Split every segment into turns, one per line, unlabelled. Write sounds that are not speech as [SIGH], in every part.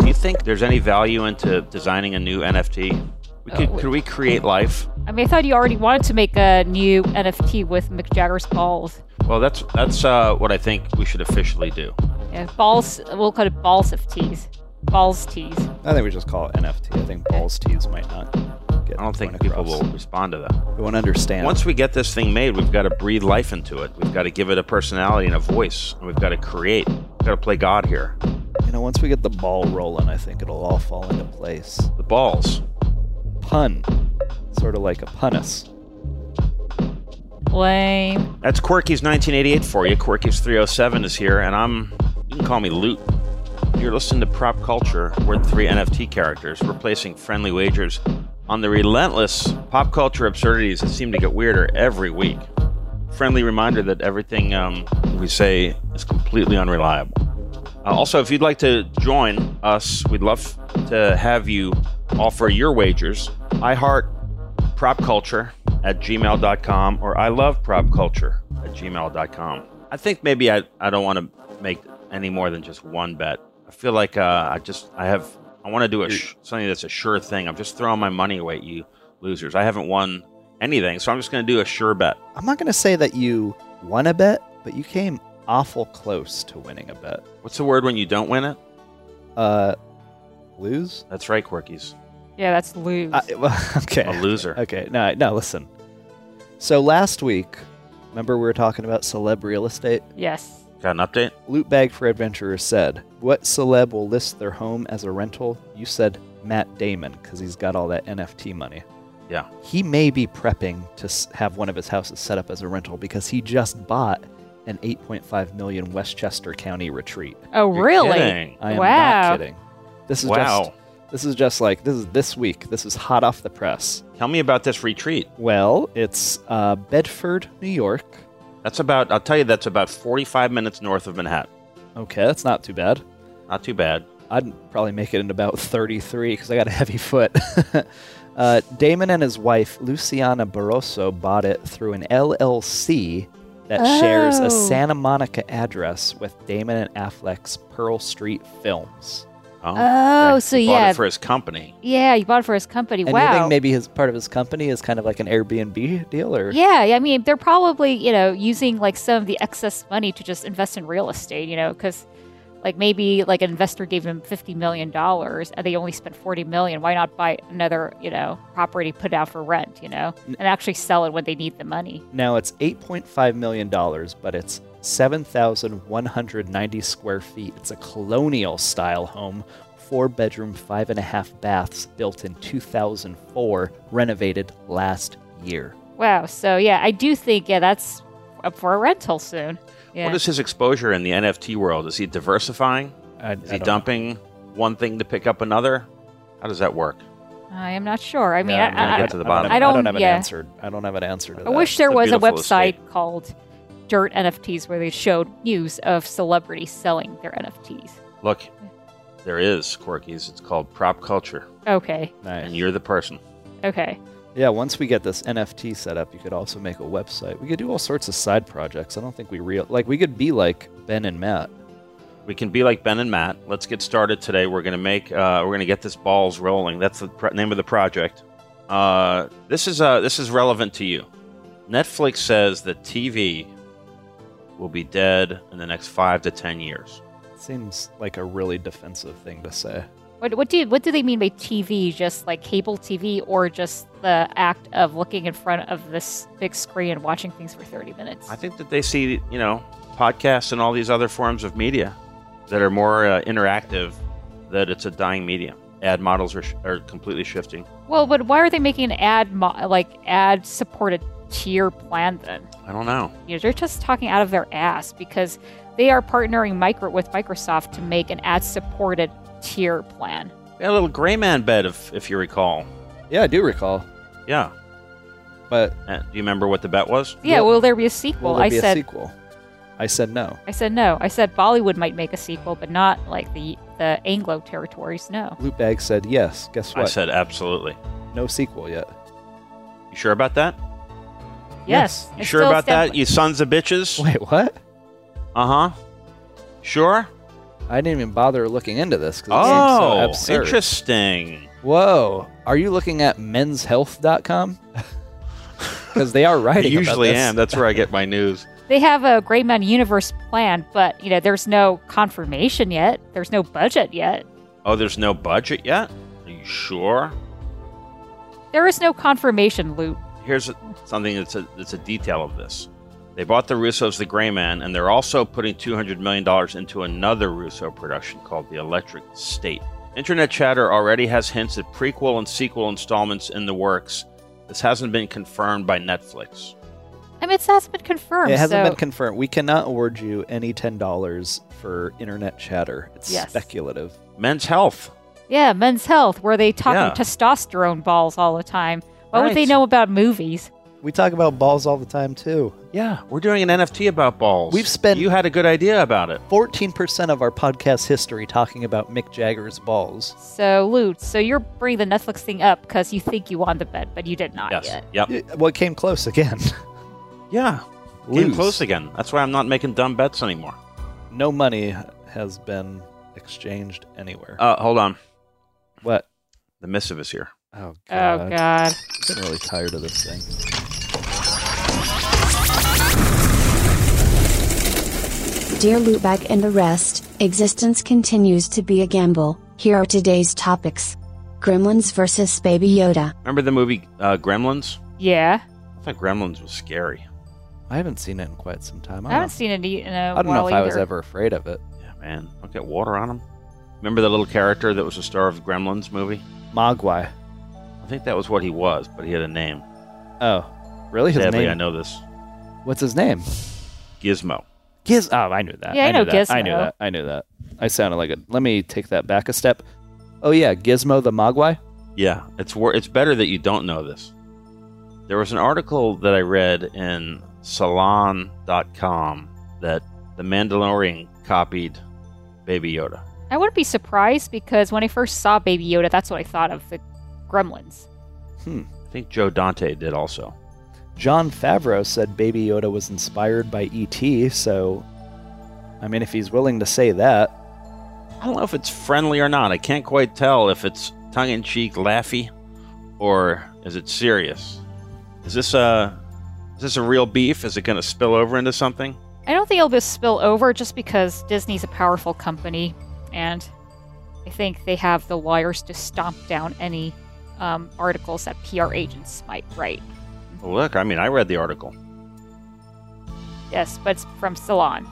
Do you think there's any value into designing a new NFT? We could, could we create life?
I mean, I thought you already wanted to make a new NFT with Mick Jagger's balls.
Well, that's that's uh, what I think we should officially do.
Yeah, balls. We'll call it balls of teas. Balls teas.
I think we just call it NFT. I think balls tees might not get.
I don't think
point
people
across.
will respond to that.
They won't understand.
Once we get this thing made, we've got to breathe life into it. We've got to give it a personality and a voice, and we've got to create. We've got to play God here.
you know, once we get the ball rolling, I think it'll all fall into place.
The balls.
Pun, sort of like a punus.
Lame.
That's Quirky's 1988 for you. Quirky's 307 is here, and I'm. You can call me Loot. You're listening to Prop Culture, Word 3 NFT characters, replacing friendly wagers on the relentless pop culture absurdities that seem to get weirder every week. Friendly reminder that everything um, we say is completely unreliable. Uh, also, if you'd like to join us, we'd love to have you offer your wagers. iHeart prop culture at gmail.com or I love prop culture at gmail.com. I think maybe I, I don't want to make any more than just one bet. I feel like uh, I just, I have, I want to do a sh- something that's a sure thing. I'm just throwing my money away at you losers. I haven't won anything, so I'm just going to do a sure bet.
I'm not going to say that you won a bet, but you came awful close to winning a bet.
What's the word when you don't win it?
Uh, lose?
That's right, Quirkies.
Yeah, that's lose.
I, well, [LAUGHS] okay.
A loser.
Okay. No, no, listen. So last week, remember we were talking about celeb real estate?
yes.
Got an update?
Loot Bag for Adventurers said, What celeb will list their home as a rental? You said Matt Damon, because he's got all that NFT money.
Yeah.
He may be prepping to s- have one of his houses set up as a rental because he just bought an 8.5 million Westchester County retreat.
Oh,
You're
really?
kidding.
I am
wow.
not kidding. This is
Wow.
just this is just like this is this week. This is hot off the press.
Tell me about this retreat.
Well, it's uh, Bedford, New York.
That's about, I'll tell you, that's about 45 minutes north of Manhattan.
Okay, that's not too bad.
Not too bad.
I'd probably make it in about 33 because I got a heavy foot. [LAUGHS] uh, Damon and his wife, Luciana Barroso, bought it through an LLC that shares a
Oh.
Santa Monica address with Damon and Affleck's Pearl Street Films.
Oh,
Oh,
he
so
bought
yeah.
it for his company.
Yeah, you bought it for his company.
And you
wow.
think maybe his part of his company is kind of like an Airbnb deal or
yeah, I mean, they're probably, you know, using like some of the excess money to just invest in real estate, you know, because like maybe like an investor gave them $50 million and they only spent $40 million. Why not buy another, you know, property, put it out for rent, you know, Oh, and actually sell it when they need the money?
Now it's $8.5 million, but it's 7,190 square feet. It's a colonial style home, four bedroom, five and a half baths, built in 2004, renovated last year.
Wow. So yeah, I do think yeah that's up for a rental soon. Yeah.
What is his exposure in the NFT world? Is he diversifying?
I,
Is he dumping one thing to pick up another? How does that work?
I am not sure. I mean,
I'm gonna
I, I,
get to the bottom.
I don't,
I don't-
have an
yeah.
answer. I don't have an answer to
I
that.
wish there
It's a
was a
beautiful
website
estate.
called dirt NFTs where they showed news of celebrities selling their NFTs.
Look, there is Corky's. It's called prop culture,
Okay.
and
Nice.
you're the person.
Okay.
Yeah, once we get this NFT set up, you could also make a website. We could do all sorts of side projects. I don't think we real like we could be like Ben and Matt.
We can be like Ben and Matt. Let's get started today. We're gonna make. Uh, we're gonna get this balls rolling. That's the pr- name of the project. Uh, this is uh, this is relevant to you. Netflix says that TV will be dead in the next five to ten years.
Seems like a really defensive thing to say.
What, what do what do they mean by TV? Just like cable TV, or just the act of looking in front of this big screen and watching things for thirty minutes?
I think that they see you know podcasts and all these other forms of media that are more uh, interactive. That it's a dying medium. Ad models are, sh- are completely shifting.
Well, but why are they making an ad mo- like ad supported tier plan then?
I don't know.
You know, they're just talking out of their ass because they are partnering micro with Microsoft to make an ad supported tier plan.
They had a little gray man bed, if if you recall.
Yeah, I do recall.
Yeah.
But
Uh, do you remember what the bet was?
Yeah,
Will-
will there be a sequel?
will there
I
be a
said
sequel? I said no.
I said no. I said Bollywood might make a sequel, but not like the the Anglo territories. No.
Lootbag said yes. Guess what?
I said absolutely.
no sequel yet.
You sure about that?
Yes.
You
I
sure
still
about
stand
that? You sons of bitches.
[LAUGHS] Wait, what?
Uh huh. Sure.
I didn't even bother looking into this because
Oh,
it seems so absurd.
interesting.
Whoa, are you looking at [LAUGHS] men'shealth.com? Because they are
I
writing. about
usually
this.
am. That's where I get my news.
They have a Gray Man universe plan, but you know, there's no confirmation yet. There's no budget yet.
Oh, there's no budget yet. Are you sure?
There is no confirmation loop.
Here's a, something that's a, that's a detail of this. They bought the Russos, the Gray Man, and they're also putting $200 million into another Russo production called The Electric State. Internet chatter already has hints at prequel and sequel installments in the works. This hasn't been confirmed by Netflix.
I mean, it hasn't been confirmed.
It hasn't
so
been confirmed. We cannot award you any ten dollars for internet chatter. It's
Yes.
speculative.
Men's Health.
yeah, Men's Health, where they talk
Yeah.
testosterone balls all the time. Why would they
Right.
know about movies?
We talk about balls all the time too.
Yeah, we're doing an NFT about balls.
We've spent-
You had a good idea about it.
Fourteen percent of our podcast history talking about Mick Jagger's balls.
So, Lute, so you're bringing the Netflix thing up because you think you won the bet, but you did not
Yes.
yet.
Yep.
[LAUGHS] Yeah, Well, it came close again. [LAUGHS]
Yeah. Came
Lose.
close again. That's why I'm not making dumb bets anymore.
No money has been exchanged anywhere.
Oh.
Uh, hold on.
what?
The missive is here.
Oh
Oh, God.
I've been really tired of this thing.
Dear Lutback and the rest, existence continues to be a gamble. Here are today's topics Gremlins versus Baby Yoda.
Remember the movie uh, Gremlins?
Yeah.
I thought Gremlins was scary.
I haven't seen it in quite some time.
I
I don't,
haven't seen it e, in a
know. I don't know
while
if I was
either.
ever afraid of it.
Yeah, man. Don't get water on them. Remember the little character that was the star of the Gremlins movie?
Mogwai.
I think that was what he was, but he had a name.
Oh, really? His
Sadly,
name?
I know this.
What's his name?
Gizmo.
Giz. Oh, I knew that.
Yeah, I
I,
know
knew that. I knew
Gizmo.
that. I knew that. I sounded like a. Let me take that back a step. Oh yeah, Gizmo the Mogwai.
Yeah, it's wor- it's better that you don't know this. There was an article that I read in Salon.com that the Mandalorian copied Baby Yoda.
I wouldn't be surprised because when I first saw Baby Yoda, that's what I thought of the Gremlins.
Hmm.
I think Joe Dante did also.
John Favreau said Baby Yoda was inspired by E.T. So, I mean, if he's willing to say that,
I don't know if it's friendly or not. I can't quite tell if it's tongue in cheek, laughy, or is it serious? Is this a is this a real beef? Is it going to spill over into something?
I don't think it'll just spill over just because Disney's a powerful company, and I think they have the lawyers to stomp down any um, articles that PR agents might write.
Well, look, I mean, I read the article.
Yes, but it's from Salon.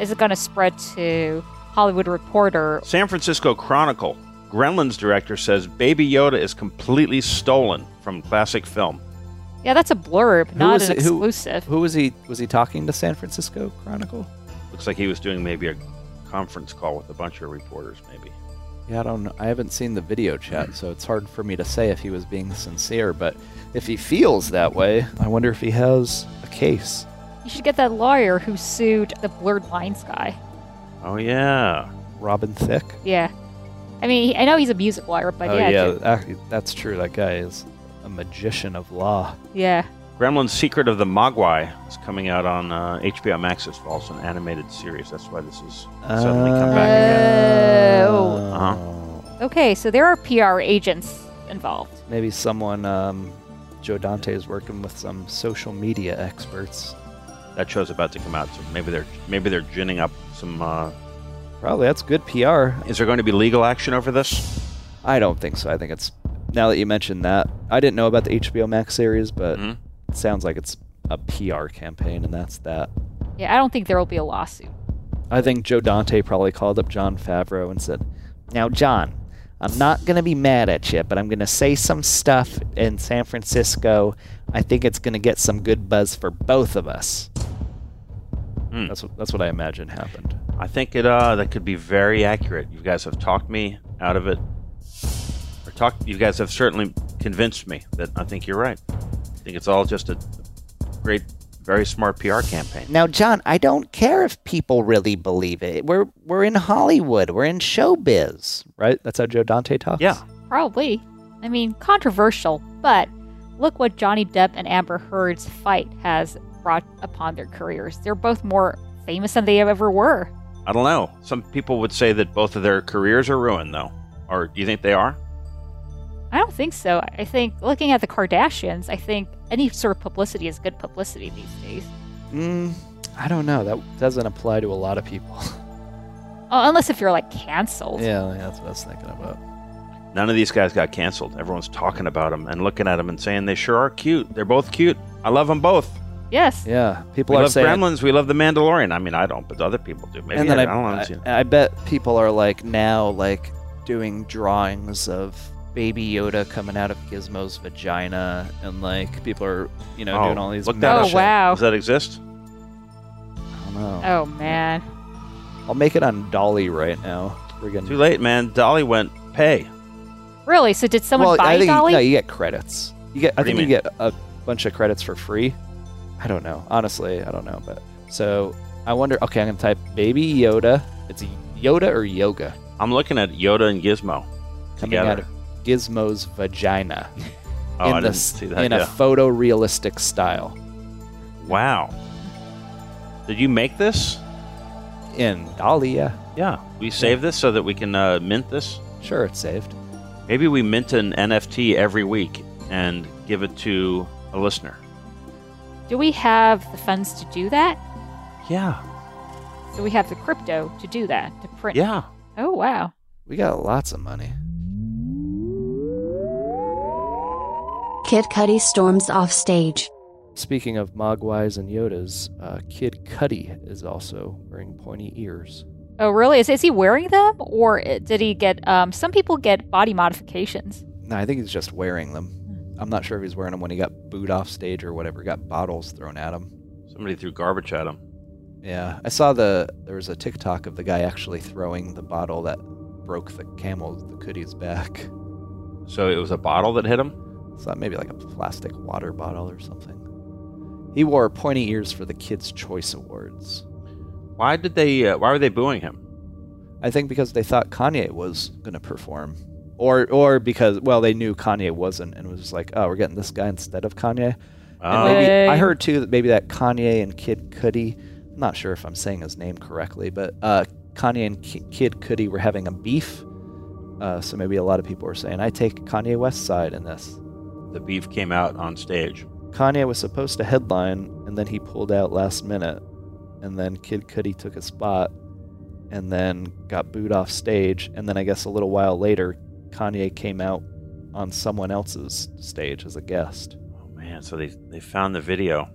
Is it going to spread to Hollywood Reporter?
San Francisco Chronicle. Gremlins director says Baby Yoda is completely stolen from classic film.
Yeah, that's a blurb,
Who
not
was
an
it- who-
exclusive.
who was he? Was he talking to San Francisco Chronicle?
Looks like he was doing maybe a conference call with a bunch of reporters, maybe.
Yeah, I don't. know. I haven't seen the video chat, so it's hard for me to say if he was being sincere. But if he feels that way, I wonder if he has a case.
You should get that lawyer who sued the Blurred Lines guy.
Oh yeah.
Robin Thicke.
Yeah. I mean, he- I know he's a music lawyer, but
oh
yeah.
yeah,
ju-
ac- that's true. That guy is a magician of law.
Yeah.
Gremlin's Secret of the Mogwai is coming out on uh, HBO Max this fall. It's an animated series. That's why this is suddenly come back again.
Oh.
Uh-huh.
Okay, so there are PR agents involved.
Maybe someone, um, Joe Dante is working with some social media experts.
That show's about to come out, so maybe they're maybe they're ginning up some. Uh,
Probably that's good PR.
is there going to be legal action over this?
I don't think so. I think it's now that you mentioned that. I didn't know about the HBO Max series, but
Mhm.
it sounds like it's a PR campaign, and that's that.
Yeah, I don't think there will be a lawsuit.
I think Joe Dante probably called up John Favreau and said, Now, John, I'm not going to be mad at you, but I'm going to say some stuff in San Francisco. I think it's going to get some good buzz for both of us.
Hmm.
That's, what, that's what I imagine happened.
I think it uh, that could be very accurate. You guys have talked me out of it, or talked. You guys have certainly convinced me that I think you're right. I think it's all just a great, very smart PR campaign.
Now, John, I don't care if people really believe it. We're we're in Hollywood. We're in showbiz.
Right? That's how Joe Dante talks?
Yeah.
Probably. I mean, controversial, but look what Johnny Depp and Amber Heard's fight has brought upon their careers. They're both more famous than they ever were.
I don't know. Some people would say that both of their careers are ruined, though. Or do you think they are?
I don't think so. I think looking at the Kardashians, I think any sort of publicity is good publicity these days.
Mm, I don't know. That doesn't apply to a lot of people. [LAUGHS]
Oh, unless if you're like canceled.
yeah, yeah, that's what I was thinking about.
None of these guys got canceled. Everyone's talking about them and looking at them and saying they sure are cute. They're both cute. I love them both.
Yes.
Yeah. People
we
are
love
saying.
Gremlins. We love the Mandalorian. I mean, I don't, but other people do. Maybe
and then
I,
I,
I don't know.
I,
It's, you know.
I bet people are like now like doing drawings of baby yoda coming out of gizmo's vagina and like people are you know
Oh,
doing all these
look that
meta
Oh
shit.
wow.
Does that exist?
I don't know.
Oh man.
i'll make it on dolly right now we're getting
Too late, man. Dolly went pay.
Really? So did someone
well, I
buy
think
Dolly?
no you get credits you get i
What do you
think you,
mean?
get a bunch of credits for free i don't know honestly i don't know but so i wonder okay i'm gonna type baby yoda it's yoda or yoga
I'm looking at Yoda and Gizmo
coming
together.
out of gizmo's vagina
oh, I
in,
didn't
the,
see that.
in a
Yeah.
photorealistic style
wow. Did you make this?
in Dolly. Yeah,
Yeah. We save this so that we can uh, mint this.
sure, it's saved.
Maybe we mint an NFT every week and give it to a listener.
Do we have the funds to do that?
Yeah.
Do we have the crypto to do that? To print
Yeah.
Oh wow.
We got lots of money.
Kid Cudi storms off stage.
Speaking of Mogwais and Yodas, uh, Kid Cudi is also wearing pointy ears.
Oh really? Is is he wearing them or i- did he get um some people get body modifications.
No, I think he's just wearing them. I'm not sure if he's wearing them when he got booed off stage or whatever. Got bottles thrown at him.
Somebody threw garbage at him.
Yeah, I saw the there was a TikTok of the guy actually throwing the bottle that broke the camel the Cudi's back. [LAUGHS]
So it was a bottle that hit him?
So maybe like a plastic water bottle or something. He wore pointy ears for the Kids' Choice Awards.
Why did they uh, why were they booing him?
I think because they thought Kanye was gonna perform, or or because well they knew Kanye wasn't and was just like oh we're getting this guy instead of Kanye. And
Oh.
maybe, I
Yay.
heard too that maybe that Kanye and Kid Cudi, I'm not sure if I'm saying his name correctly, but uh, Kanye and Ki- Kid Cudi were having a beef. Uh, so maybe a lot of people were saying I take Kanye West side in this.
The beef came out on stage.
Kanye was supposed to headline, and then he pulled out last minute, and then Kid Cudi took a spot, and then got booed off stage, and then I guess a little while later, Kanye came out on someone else's stage as a guest.
Oh man, so they they found the video.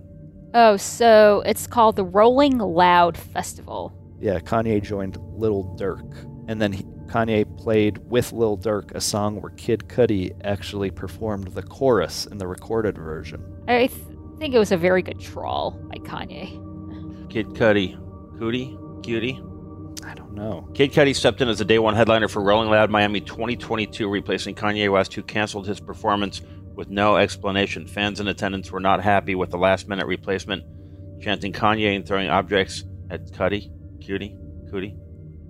Oh, so it's called the Rolling Loud Festival.
Yeah, Kanye joined Lil Durk, and then he, Kanye played with Lil Durk a song where Kid Cudi actually performed the chorus in the recorded version.
I th- think it was a very good troll by Kanye.
Kid Cudi, Cootie, Cutie.
I don't know.
Kid Cudi stepped in as the day one headliner for Rolling Loud Miami 2022, replacing Kanye West, who canceled his performance with no explanation. Fans in attendance were not happy with the last minute replacement, chanting Kanye and throwing objects at Cuddy, Cutie, Cootie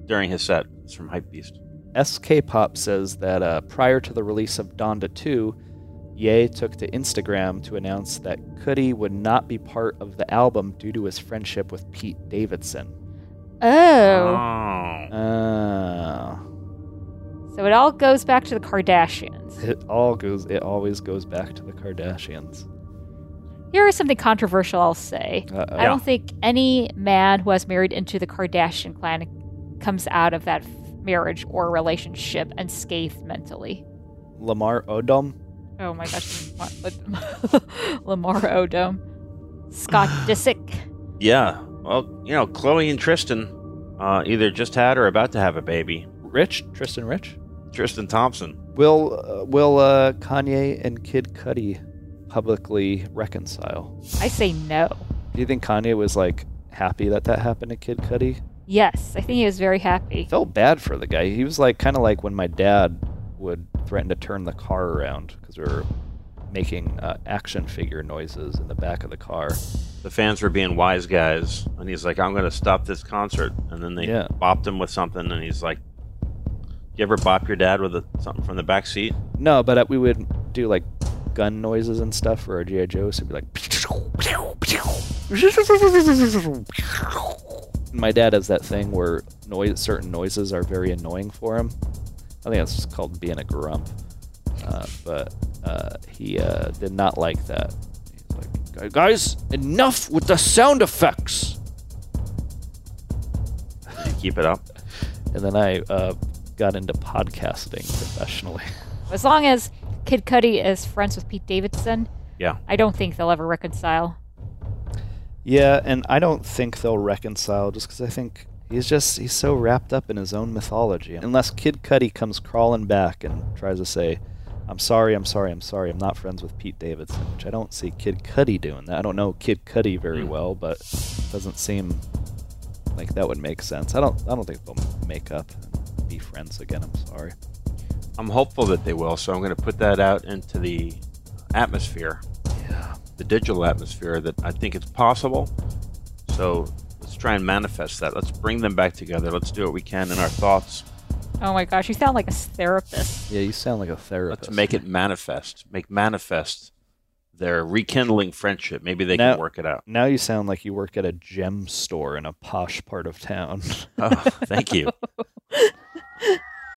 during his set. It's from Hypebeast.
SK Pop says that uh, prior to the release of Donda 2, Ye took to Instagram to announce that Cudi would not be part of the album due to his friendship with Pete Davidson.
Oh.
Uh,
So it all goes back to the Kardashians.
it all goes. It always goes back to the Kardashians.
Here is something controversial I'll say.
Uh-oh.
I don't think any man who has married into the Kardashian clan comes out of that f- marriage or relationship unscathed mentally.
Lamar Odom.
Oh my gosh. Lamar- [LAUGHS] Lamar Odom. Scott Disick.
Yeah. Well, you know, Chloe and Tristan uh, either just had or about to have a baby.
Rich. Tristan Rich.
Tristan Thompson.
Will uh, Will uh, Kanye and Kid Cudi publicly reconcile?
I say no.
Do you think Kanye was like happy that that happened to Kid Cudi?
Yes, I think he was very happy.
felt bad for the guy. He was like kind of like when my dad would threaten to turn the car around because we were making uh, action figure noises in the back of the car.
The fans were being wise guys, and he's like, "I'm going to stop this concert," and then they
Yeah.
bopped him with something, and he's like, "You ever bop your dad with a, something from the back seat?"
No, but uh, we would do like gun noises and stuff for our GI Joes. So it'd be like. [LAUGHS] My dad has that thing where noise, certain noises are very annoying for him. I think that's called being a grump. Uh, but uh, he uh, did not like that. He's like, guys, enough with the sound effects.
You keep it up.
And then I uh, got into podcasting professionally. [LAUGHS]
As long as Kid Cudi is friends with Pete Davidson,
Yeah.
I don't think they'll ever reconcile.
Yeah, and I don't think they'll reconcile just because I think he's just he's so wrapped up in his own mythology. Unless Kid Cudi comes crawling back and tries to say, "I'm sorry, I'm sorry, I'm sorry, I'm not friends with Pete Davidson," which I don't see Kid Cudi doing that. I don't know Kid Cudi
Hmm.
very well, but doesn't seem like that would make sense. I don't I don't think they'll make up and be friends again. I'm sorry.
I'm hopeful that they will, so I'm going to put that out into the atmosphere,
Yeah.
the digital atmosphere, that I think it's possible. So let's try and manifest that. Let's bring them back together. Let's do what we can in our thoughts.
Oh my gosh, you sound like a therapist.
Yeah, you sound like a therapist.
Let's make it manifest. Make manifest their rekindling friendship. Maybe they
Now-
can work it out.
Now you sound like you work at a gem store in a posh part of town.
Oh, thank you.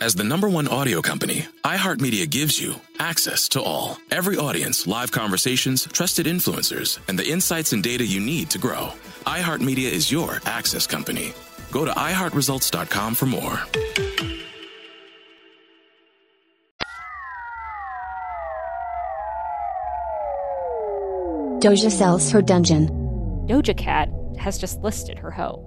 As the number one audio company, iHeartMedia gives you access to all. Every audience, live conversations, trusted influencers, and the insights and data you need to grow. iHeartMedia is your access company. Go to iHeartResults.com for more.
Doja sells her dungeon.
Doja Cat has just listed her home.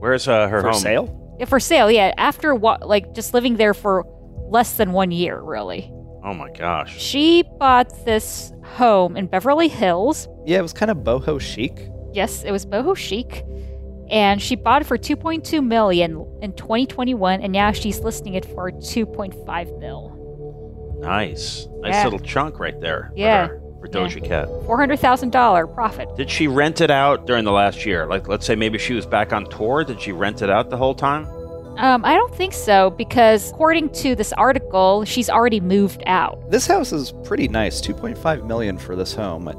Where's uh, her
[LAUGHS] For
home?
sale?
Yeah, for sale, yeah. After what, like just living there for less than one year, really.
Oh my gosh.
She bought this home in Beverly Hills.
Yeah, it was kind of boho chic.
Yes, it was boho chic. And she bought it for 2.2 million in 2021, and now she's listing it for 2.5 mil.
Nice. Nice
Yeah.
little chunk right there. for
Yeah.
her, For Doja Cat.
$400,000 profit.
Did she rent it out during the last year? Like, let's say maybe she was back on tour. Did she rent it out the whole time?
Um, I don't think so because according to this article, she's already moved out.
This house is pretty nice. 2.5 million for this home. Uh,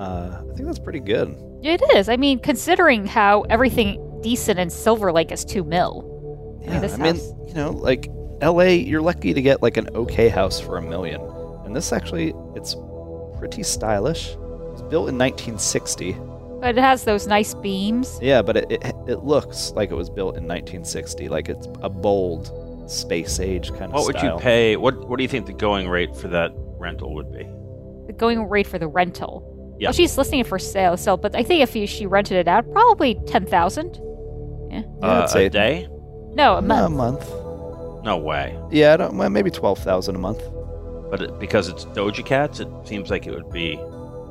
I think that's pretty good.
It is. I mean, considering how everything decent in Silver Lake is two mil.
Yeah,
this
I mean,
house.
you know, like LA, you're lucky to get like an okay house for a million. And this actually, it's pretty stylish. It was built in 1960.
But it has those nice beams.
Yeah, but it, it, it looks like it was built in 1960. Like it's a bold space age kind
What
of
would
style.
you pay? What What do you think the going rate for that rental would be?
The going rate for the rental
Yeah.
Well, she's listing it for sale, so but I think if you, she rented it out, probably ten thousand.
I'd
Uh,
say-
a day?
No, a month.
a month.
No way.
Yeah, I don't, well, maybe twelve thousand a month.
But it, because it's Doja Cats, it seems like it would be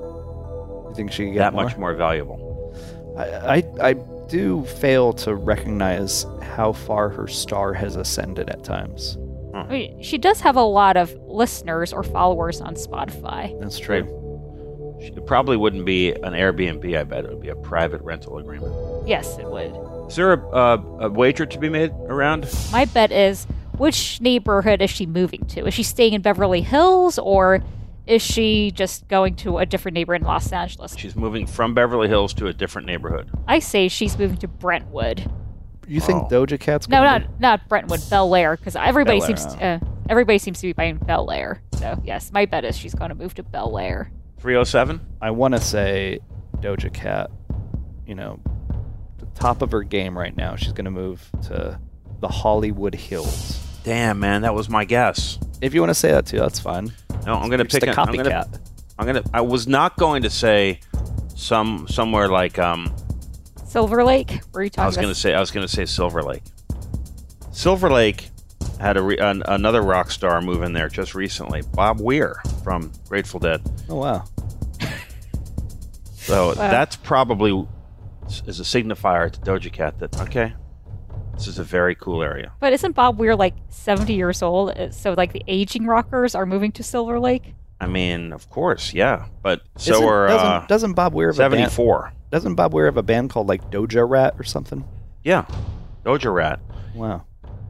You think she could get
that
more?
much more valuable.
I, I I do fail to recognize how far her star has ascended at times.
I mean, she does have a lot of listeners or followers on Spotify.
That's
true. It probably wouldn't be an Airbnb. I bet it would be a private rental agreement.
Yes, it would.
Is there a, a, a wager to be made around?
My bet is which neighborhood is she moving to? Is she staying in Beverly Hills or is she just going to a different neighbor in Los Angeles?
She's moving from Beverly Hills to a different neighborhood.
I say she's moving to Brentwood.
You think Doja Cat's
No,
gonna
not not Brentwood, Bel Air, because everybody
Bel Air,
seems to, uh, everybody seems to be buying Bel Air. So yes, my bet is she's going to move to Bel Air.
307?
I want to say Doja Cat, you know, the top of her game right now. She's going to move to the Hollywood Hills.
Damn, man, that was my guess.
If you want to say that too, that's fine.
No, I'm gonna
It's just
pick
a
an- I'm gonna-
copycat.
I'm gonna. I was not going to say some somewhere like um.
Silver Lake, were you talking?
I was
about-
gonna say I was gonna say Silver Lake. Silver Lake had a re, an, another rock star move in there just recently. Bob Weir from Grateful Dead.
Oh wow.
So
Wow.
that's probably s- is a signifier to Doja Cat that okay, this is a very cool area.
But isn't Bob Weir like 70 years old? Uh, So like the aging rockers are moving to Silver Lake?
I mean, of course, yeah, but so
Isn't-
are
doesn't,
uh,
doesn't Bob Weir have a band?
74.
Doesn't Bob Weir have a band called like Doja Rat or something?
Yeah, Doja Rat.
Wow.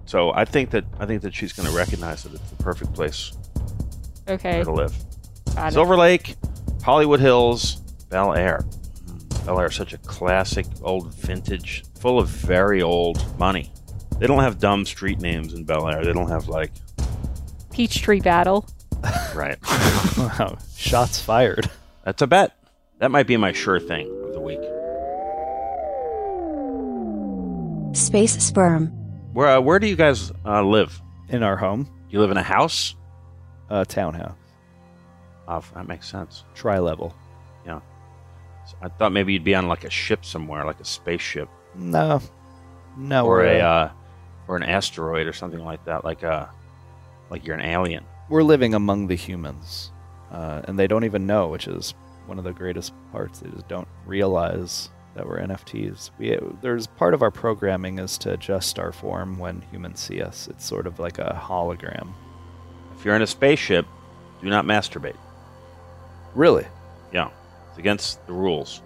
So I think that I think that she's going to recognize that it's the perfect place for
Okay.
her to live.
Got it.
Silver Lake, Hollywood Hills, Bel Air. Mm, Bel Air is such a classic, old vintage, full of very old money. They don't have dumb street names in Bel Air. They don't have like
Peachtree Battle.
right.
[LAUGHS] wow. Shots fired.
That's a bet. That might be my sure thing of the week.
Space sperm.
Where uh, where do you guys uh, live?
In our home.
You live in a house?
Uh, townhouse.
Oh, that makes sense.
Tri level.
Yeah. So I thought maybe you'd be on like a ship somewhere, like a spaceship.
No. No.
or
we're,
a
uh,
uh, or an asteroid or something like that, like uh like you're an alien.
we're living among the humans, uh, and they don't even know, which is one of the greatest parts. They just don't realize that we're NFTs. We uh, there's part of our programming is to adjust our form when humans see us. It's sort of like a hologram.
If you're in a spaceship, do not masturbate.
Really?
Yeah, it's against the rules.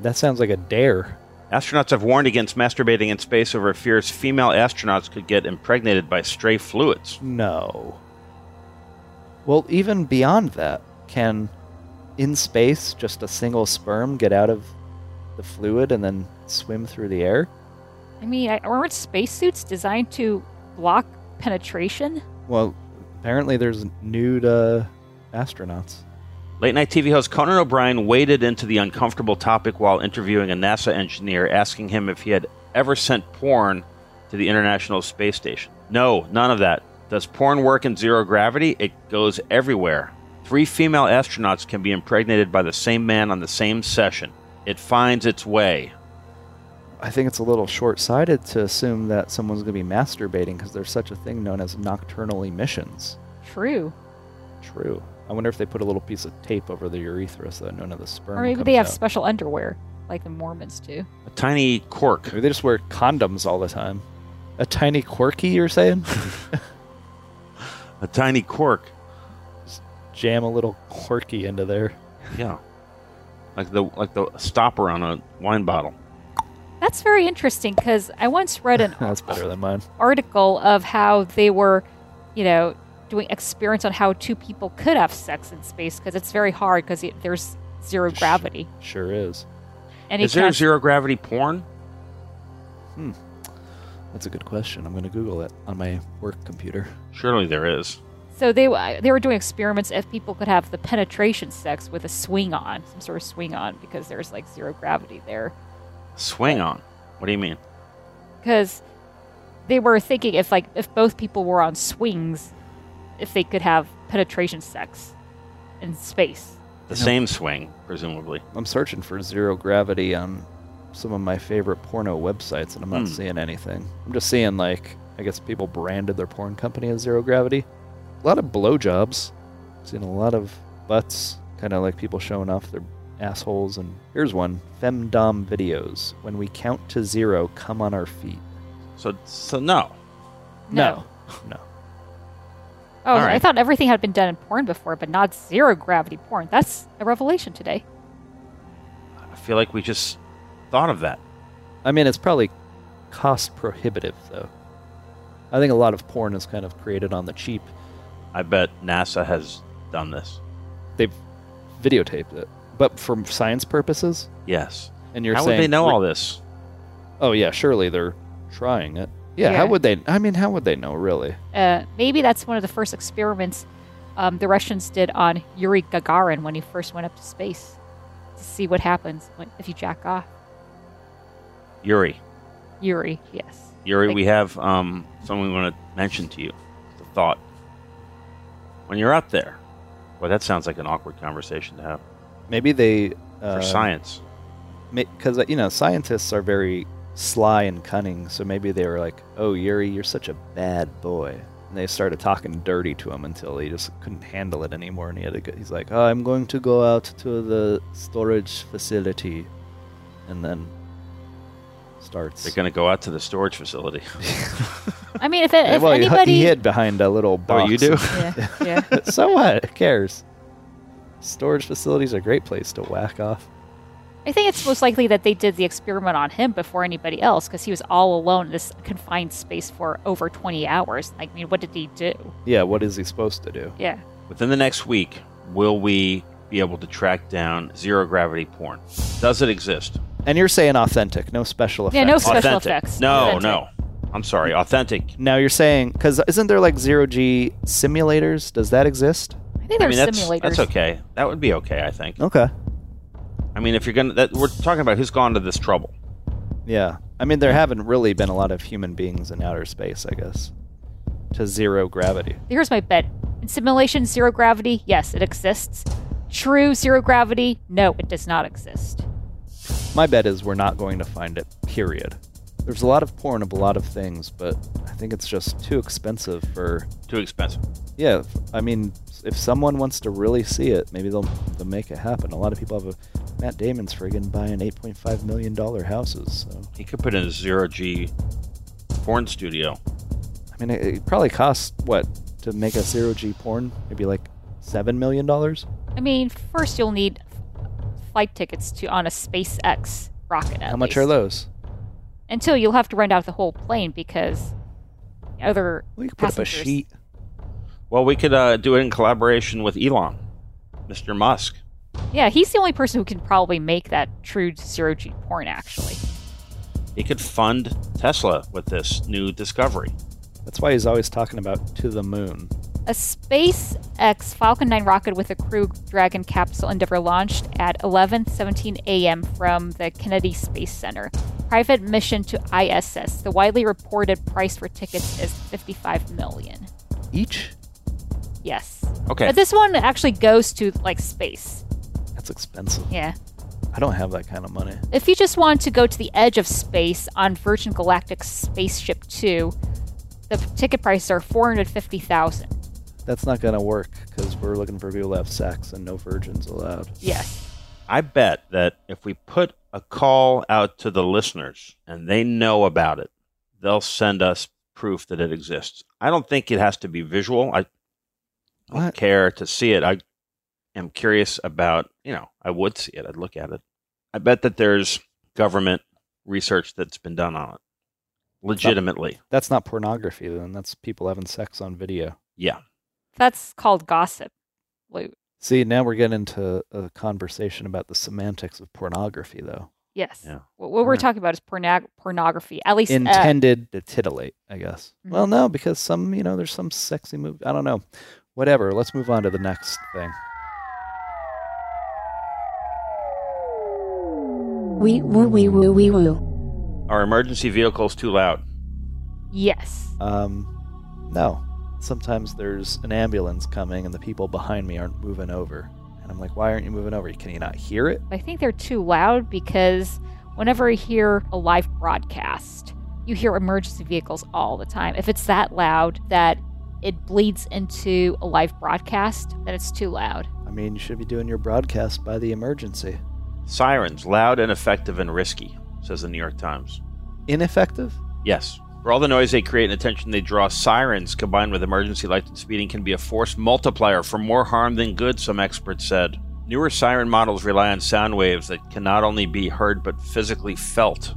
That sounds like a dare.
Astronauts have warned against masturbating in space over fears female astronauts could get impregnated by stray fluids.
No. Well, even beyond that, can in space just a single sperm get out of the fluid and then swim through the air?
I mean, I- aren't spacesuits designed to block penetration?
Well, apparently there's nude uh, astronauts.
Late night TV host Conan O'Brien waded into the uncomfortable topic while interviewing a NASA engineer, asking him if he had ever sent porn to the International Space Station. No, none of that. Does porn work in zero gravity? It goes everywhere. Three female astronauts can be impregnated by the same man on the same session. It finds its way.
I think it's a little short-sighted to assume that someone's going to be masturbating because there's such a thing known as nocturnal emissions.
True.
True. I wonder if they put a little piece of tape over the urethra so that none of the sperm.
Or maybe
comes
they have
out.
special underwear, like the Mormons do.
A tiny cork.
Maybe they just wear condoms all the time. A tiny quirky, you're saying? [LAUGHS]
A tiny cork.
Jam a little quirky into there.
Yeah. Like the like the stopper on a wine bottle.
That's very interesting because I once read an
[LAUGHS] That's better than mine.
article of how they were, you know, doing experiments on how two people could have sex in space because it's very hard because there's zero gravity.
Sure is.
And
Is
it
there
can't-
zero gravity porn?
Hmm. That's a good question. I'm going to Google it on my work computer.
Surely there is.
So they w- they were doing experiments if people could have the penetration sex with a swing on, some sort of swing on, because there's like zero gravity there.
Swing on. What do you mean?
Because they were thinking if like if both people were on swings, if they could have penetration sex in space.
The same swing, presumably.
I'm searching for zero gravity on some of my favorite porno websites, and I'm not
Hmm.
seeing anything. I'm just seeing like I guess people branded their porn company as zero gravity. A lot of blowjobs. Seeing a lot of butts, kind of like people showing off their assholes. And here's one: femdom videos. When we count to zero, come on our feet.
So, so no.
No. No.
Oh,
All
I
right.
thought everything had been done in porn before, but not zero gravity porn. That's a revelation today.
I feel like we just thought of that.
I mean, it's probably cost prohibitive though. I think a lot of porn is kind of created on the cheap.
I bet NASA has done this.
They've videotaped it, but for science purposes.
Yes.
And you're
How would
saying
they know
re-
all this?
Oh yeah, surely they're trying it. Yeah,
Yeah.
how would they? I mean, how would they know really?
Uh, maybe that's one of the first experiments um, the Russians did on Yuri Gagarin when he first went up to space to see what happens when, if you jack off.
Yuri.
Yuri, yes.
Yuri,
Like-
we have um, someone we want to mention to you. The thought. When you're out there, well, that sounds like an awkward conversation to have.
Maybe they uh,
For science.
because you know scientists are very sly and cunning. So maybe they were like, "Oh, Yuri, you're such a bad boy," and they started talking dirty to him until he just couldn't handle it anymore, and he had to. Go, he's like, "Oh, I'm going to go out to the storage facility," and then starts.
They're going to go out to the storage
[LAUGHS]
facility.
I mean, if, it,
Yeah,
if
well, he hu-
anybody. Oh,
he hid behind a little box.
you do?
Yeah, yeah.
[LAUGHS]
[LAUGHS]
so what? Who cares? Storage facilities are a great place to whack off.
I think it's most likely that they did the experiment on him before anybody else because he was all alone in this confined space for over 20 hours. Like, I mean, what did he do?
Yeah, what is he supposed to do?
Yeah.
Within the next week, will we be able to track down zero gravity porn? Does it exist?
And you're saying authentic, no special effects.
Yeah, no special
Authentic.
effects.
No,
Authentic.
no. I'm sorry. Authentic.
Now you're saying because isn't there like zero G simulators? Does that exist?
I think
I
they're
mean, that's,
simulators.
that's okay. That would be okay, I think.
Okay.
I mean, if you're gonna, that, we're talking about who's gone to this trouble.
Yeah. I mean, there haven't really been a lot of human beings in outer space, I guess, to zero gravity.
Here's my bet. In simulation, zero gravity, yes, it exists. True zero gravity, no, it does not exist.
My bet is we're not going to find it. Period. There's a lot of porn of a lot of things, but I think it's just too expensive for.
Too expensive.
Yeah, if- I mean, if someone wants to really see it, maybe they'll they'll make it happen. A lot of people have a Matt Damon's friggin' buying 8.5 million dollar houses. So
He could put in a zero G porn studio.
I mean, it, it probably costs what to make a zero G porn? Maybe like seven million dollars.
I mean, first you'll need flight tickets to on a SpaceX rocket. at
How much
least.
are those?
And two, you'll have to rent out the whole plane because other
we could
put up a sheet. Well, we could uh, do it in collaboration with Elon, Mr. Musk.
Yeah, he's the only person who can probably make that true zero G porn, actually.
He could fund Tesla with this new discovery.
That's why he's always talking about to the moon.
A SpaceX Falcon 9 rocket with a Crew Dragon capsule Endeavour launched at 11:17 a.m. from the Kennedy Space Center. Private mission to ISS. The widely reported price for tickets is 55 million.
Each?
Yes.
Okay.
But this one actually goes to like space.
That's expensive.
Yeah.
I don't have that kind of money.
If you just want to go to the edge of space on Virgin Galactic Spaceship 2, the ticket prices are 450,000.
That's not gonna work because we're looking for people to have sex and no virgins allowed.
Yes.
I bet that if we put a call out to the listeners and they know about it, they'll send us proof that it exists. I don't think it has to be visual. I don't care to see it. I am curious about, you know, I would see it. I'd look at it. I bet that there's government research that's been done on it legitimately.
That's not pornography then. That's people having sex on video.
Yeah.
That's called gossip. Loot.
See, now we're getting into a conversation about the semantics of pornography though.
Yes.
Yeah.
What, what we're
Alright.
talking about is pornog- pornography. At least uh,
Intended to titillate, I guess.
Mhm.
Well, no, because some, you know, there's some sexy move. I don't know. Whatever. Let's move on to the next thing.
Wee woo wee woo wee woo.
Are emergency vehicles too loud?
yes.
Um, no. Sometimes there's an ambulance coming and the people behind me aren't moving over. And And I'm like, why aren't you moving over? Can you not hear it?
I think they're too loud because whenever I hear a live broadcast, you hear emergency vehicles all the time. If it's that loud that it bleeds into a live broadcast, then it's too loud.
I mean, you should be doing your broadcast by the emergency.
Sirens, loud, ineffective, and risky, says the New York Times.
Ineffective?
Yes. For all the noise they create and attention they draw, sirens combined with emergency lights and speeding can be a force multiplier for more harm than good, some experts said. Newer siren models rely on sound waves that can not only be heard but physically felt.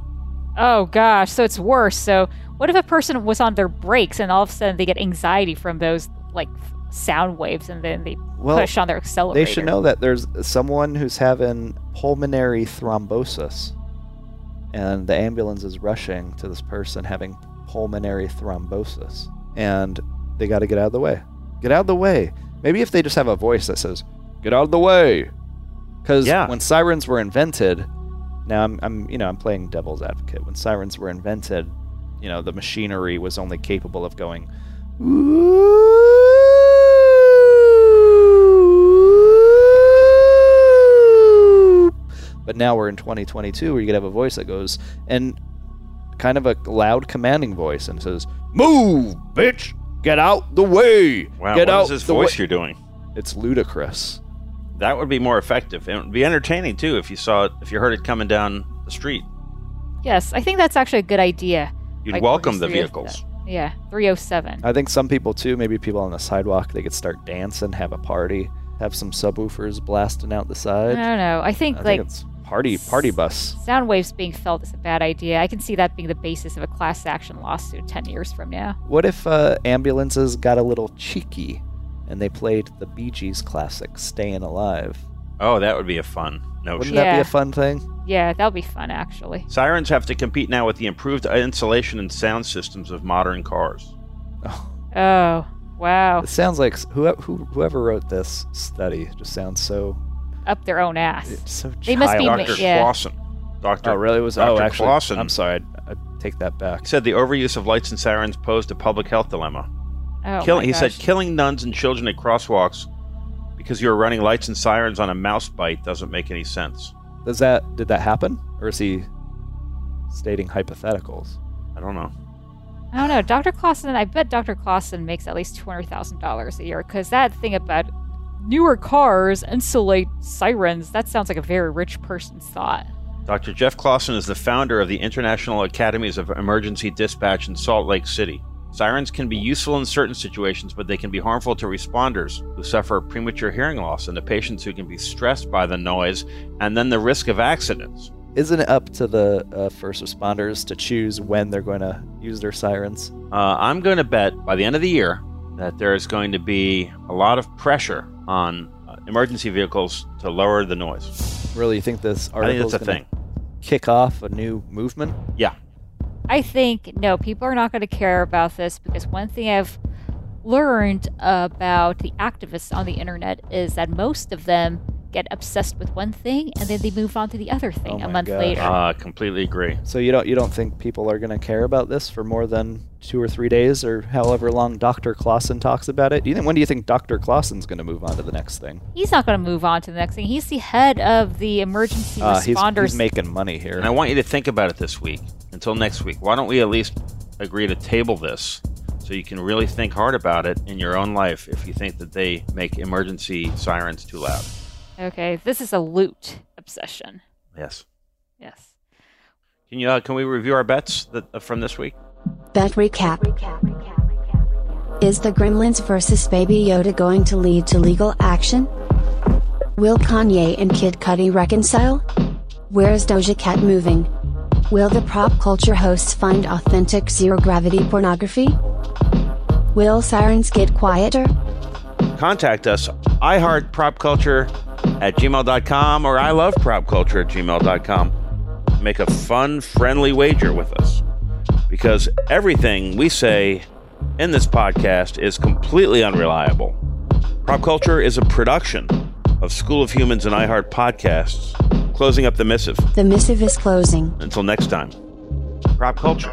Oh gosh, so it's worse. So what if a person was on their brakes and all of a sudden they get anxiety from those like sound waves and then they
Well,
push on their accelerator?
They should know that there's someone who's having pulmonary thrombosis, and the ambulance is rushing to this person having pulmonary thrombosis, and they got to get out of the way. Get out of the way. Maybe if they just have a voice that says, "Get out of the way," because when sirens were invented, now I'm, I'm you know I'm playing devil's advocate. When sirens were invented, you know the machinery was only capable of going But now we're in 2022 where you could have a voice that goes and kind of a loud commanding voice and says, "Move, bitch, get out the way,
Wow,
get
what
out
is this
the
voice
way."
you're doing?
It's ludicrous.
That would be more effective. and It would be entertaining too if you saw it, if you heard it coming down the street.
Yes, I think that's actually a good idea.
You'd
Like,
welcome the
three oh-
vehicles.
Yeah, 307.
I think some people too, maybe people on the sidewalk, they could start dancing, have a party, have some subwoofers blasting out the
I
side.
don't know. I think like
it's party party bus.
sound waves being felt is a bad idea. I can see that being the basis of a class action lawsuit 10 years from now.
What if uh, ambulances got a little cheeky and they played the Bee Gees classic "Staying Alive"?
Oh, that would be a fun notion.
Wouldn't that be a fun thing?
Yeah, that'll be fun actually.
Sirens have to compete now with the improved insulation and sound systems of modern cars.
Oh, wow.
It sounds like s- who, who, whoever wrote this study just sounds so.
Up their own ass.
It's so
they must be ma-
childish.
yeah.
Doctor,
oh, really? It was
Dr.
oh, actually,
Clausen.
I'm sorry. I, I take that back.
He said the overuse of lights and sirens posed a public health dilemma.
Oh,
Kill-
my
he said
gosh.
killing nuns and children at crosswalks because you're running lights and sirens on a mouse bite doesn't make any sense.
Does that did that happen, or is he stating hypotheticals?
I don't know.
I don't know. Dr. Clausen, I bet Dr. Clausen makes at least $200,000 a year because that thing about newer cars, insulate sirens, that sounds like a very rich person's thought.
Dr. Jeff Clausen is the founder of the International Academies of Emergency Dispatch in Salt Lake City. Sirens can be useful in certain situations, but they can be harmful to responders who suffer premature hearing loss and to patients who can be stressed by the noise and then the risk of accidents.
Isn't it up to the uh, first responders to choose when they're going to use their sirens?
Uh, I'm going to bet by the end of the year that there is going to be a lot of pressure on uh, emergency vehicles to lower the noise.
Really, you think this
I think
article
that's
is
a
going
thing.
to kick off a new movement?
Yeah.
I think no, people are not going to care about this because one thing I've learned about the activists on the internet is that most of them get obsessed with one thing and then they move on to the other thing a month later.
Uh, completely agree.
Oh So you don't you don't think people are going to care about this for more than two or three days or however long Dr. Clausen talks about it? Do you think when do you think Dr. Clausen's going to move on to the next thing?
He's not going to move on to the next thing. He's the head of the emergency
Uh, he's,
responders.
he's making money here.
And I want you to think about it this week. Until next week, why don't we at least agree to table this so you can really think hard about it in your own life if you think that they make emergency sirens too loud?
okay, this is a loot obsession.
Yes.
Yes.
Can you uh, can we review our bets that, uh, from this week?
Bet recap. Is the Gremlins vs. Baby Yoda going to lead to legal action? Will Kanye and Kid Cudi reconcile? Where is Doja Cat moving? Will the prop culture hosts find authentic zero gravity pornography? Will sirens get quieter?
Contact us iheartpropculture at gmail.com or I love propculture at gmail.com. Make a fun, friendly wager with us because everything we say in this podcast is completely unreliable. Prop Culture is a production of School of Humans and iHeart Podcasts, closing up the missive.
The missive is closing.
Until next time, Prop Culture.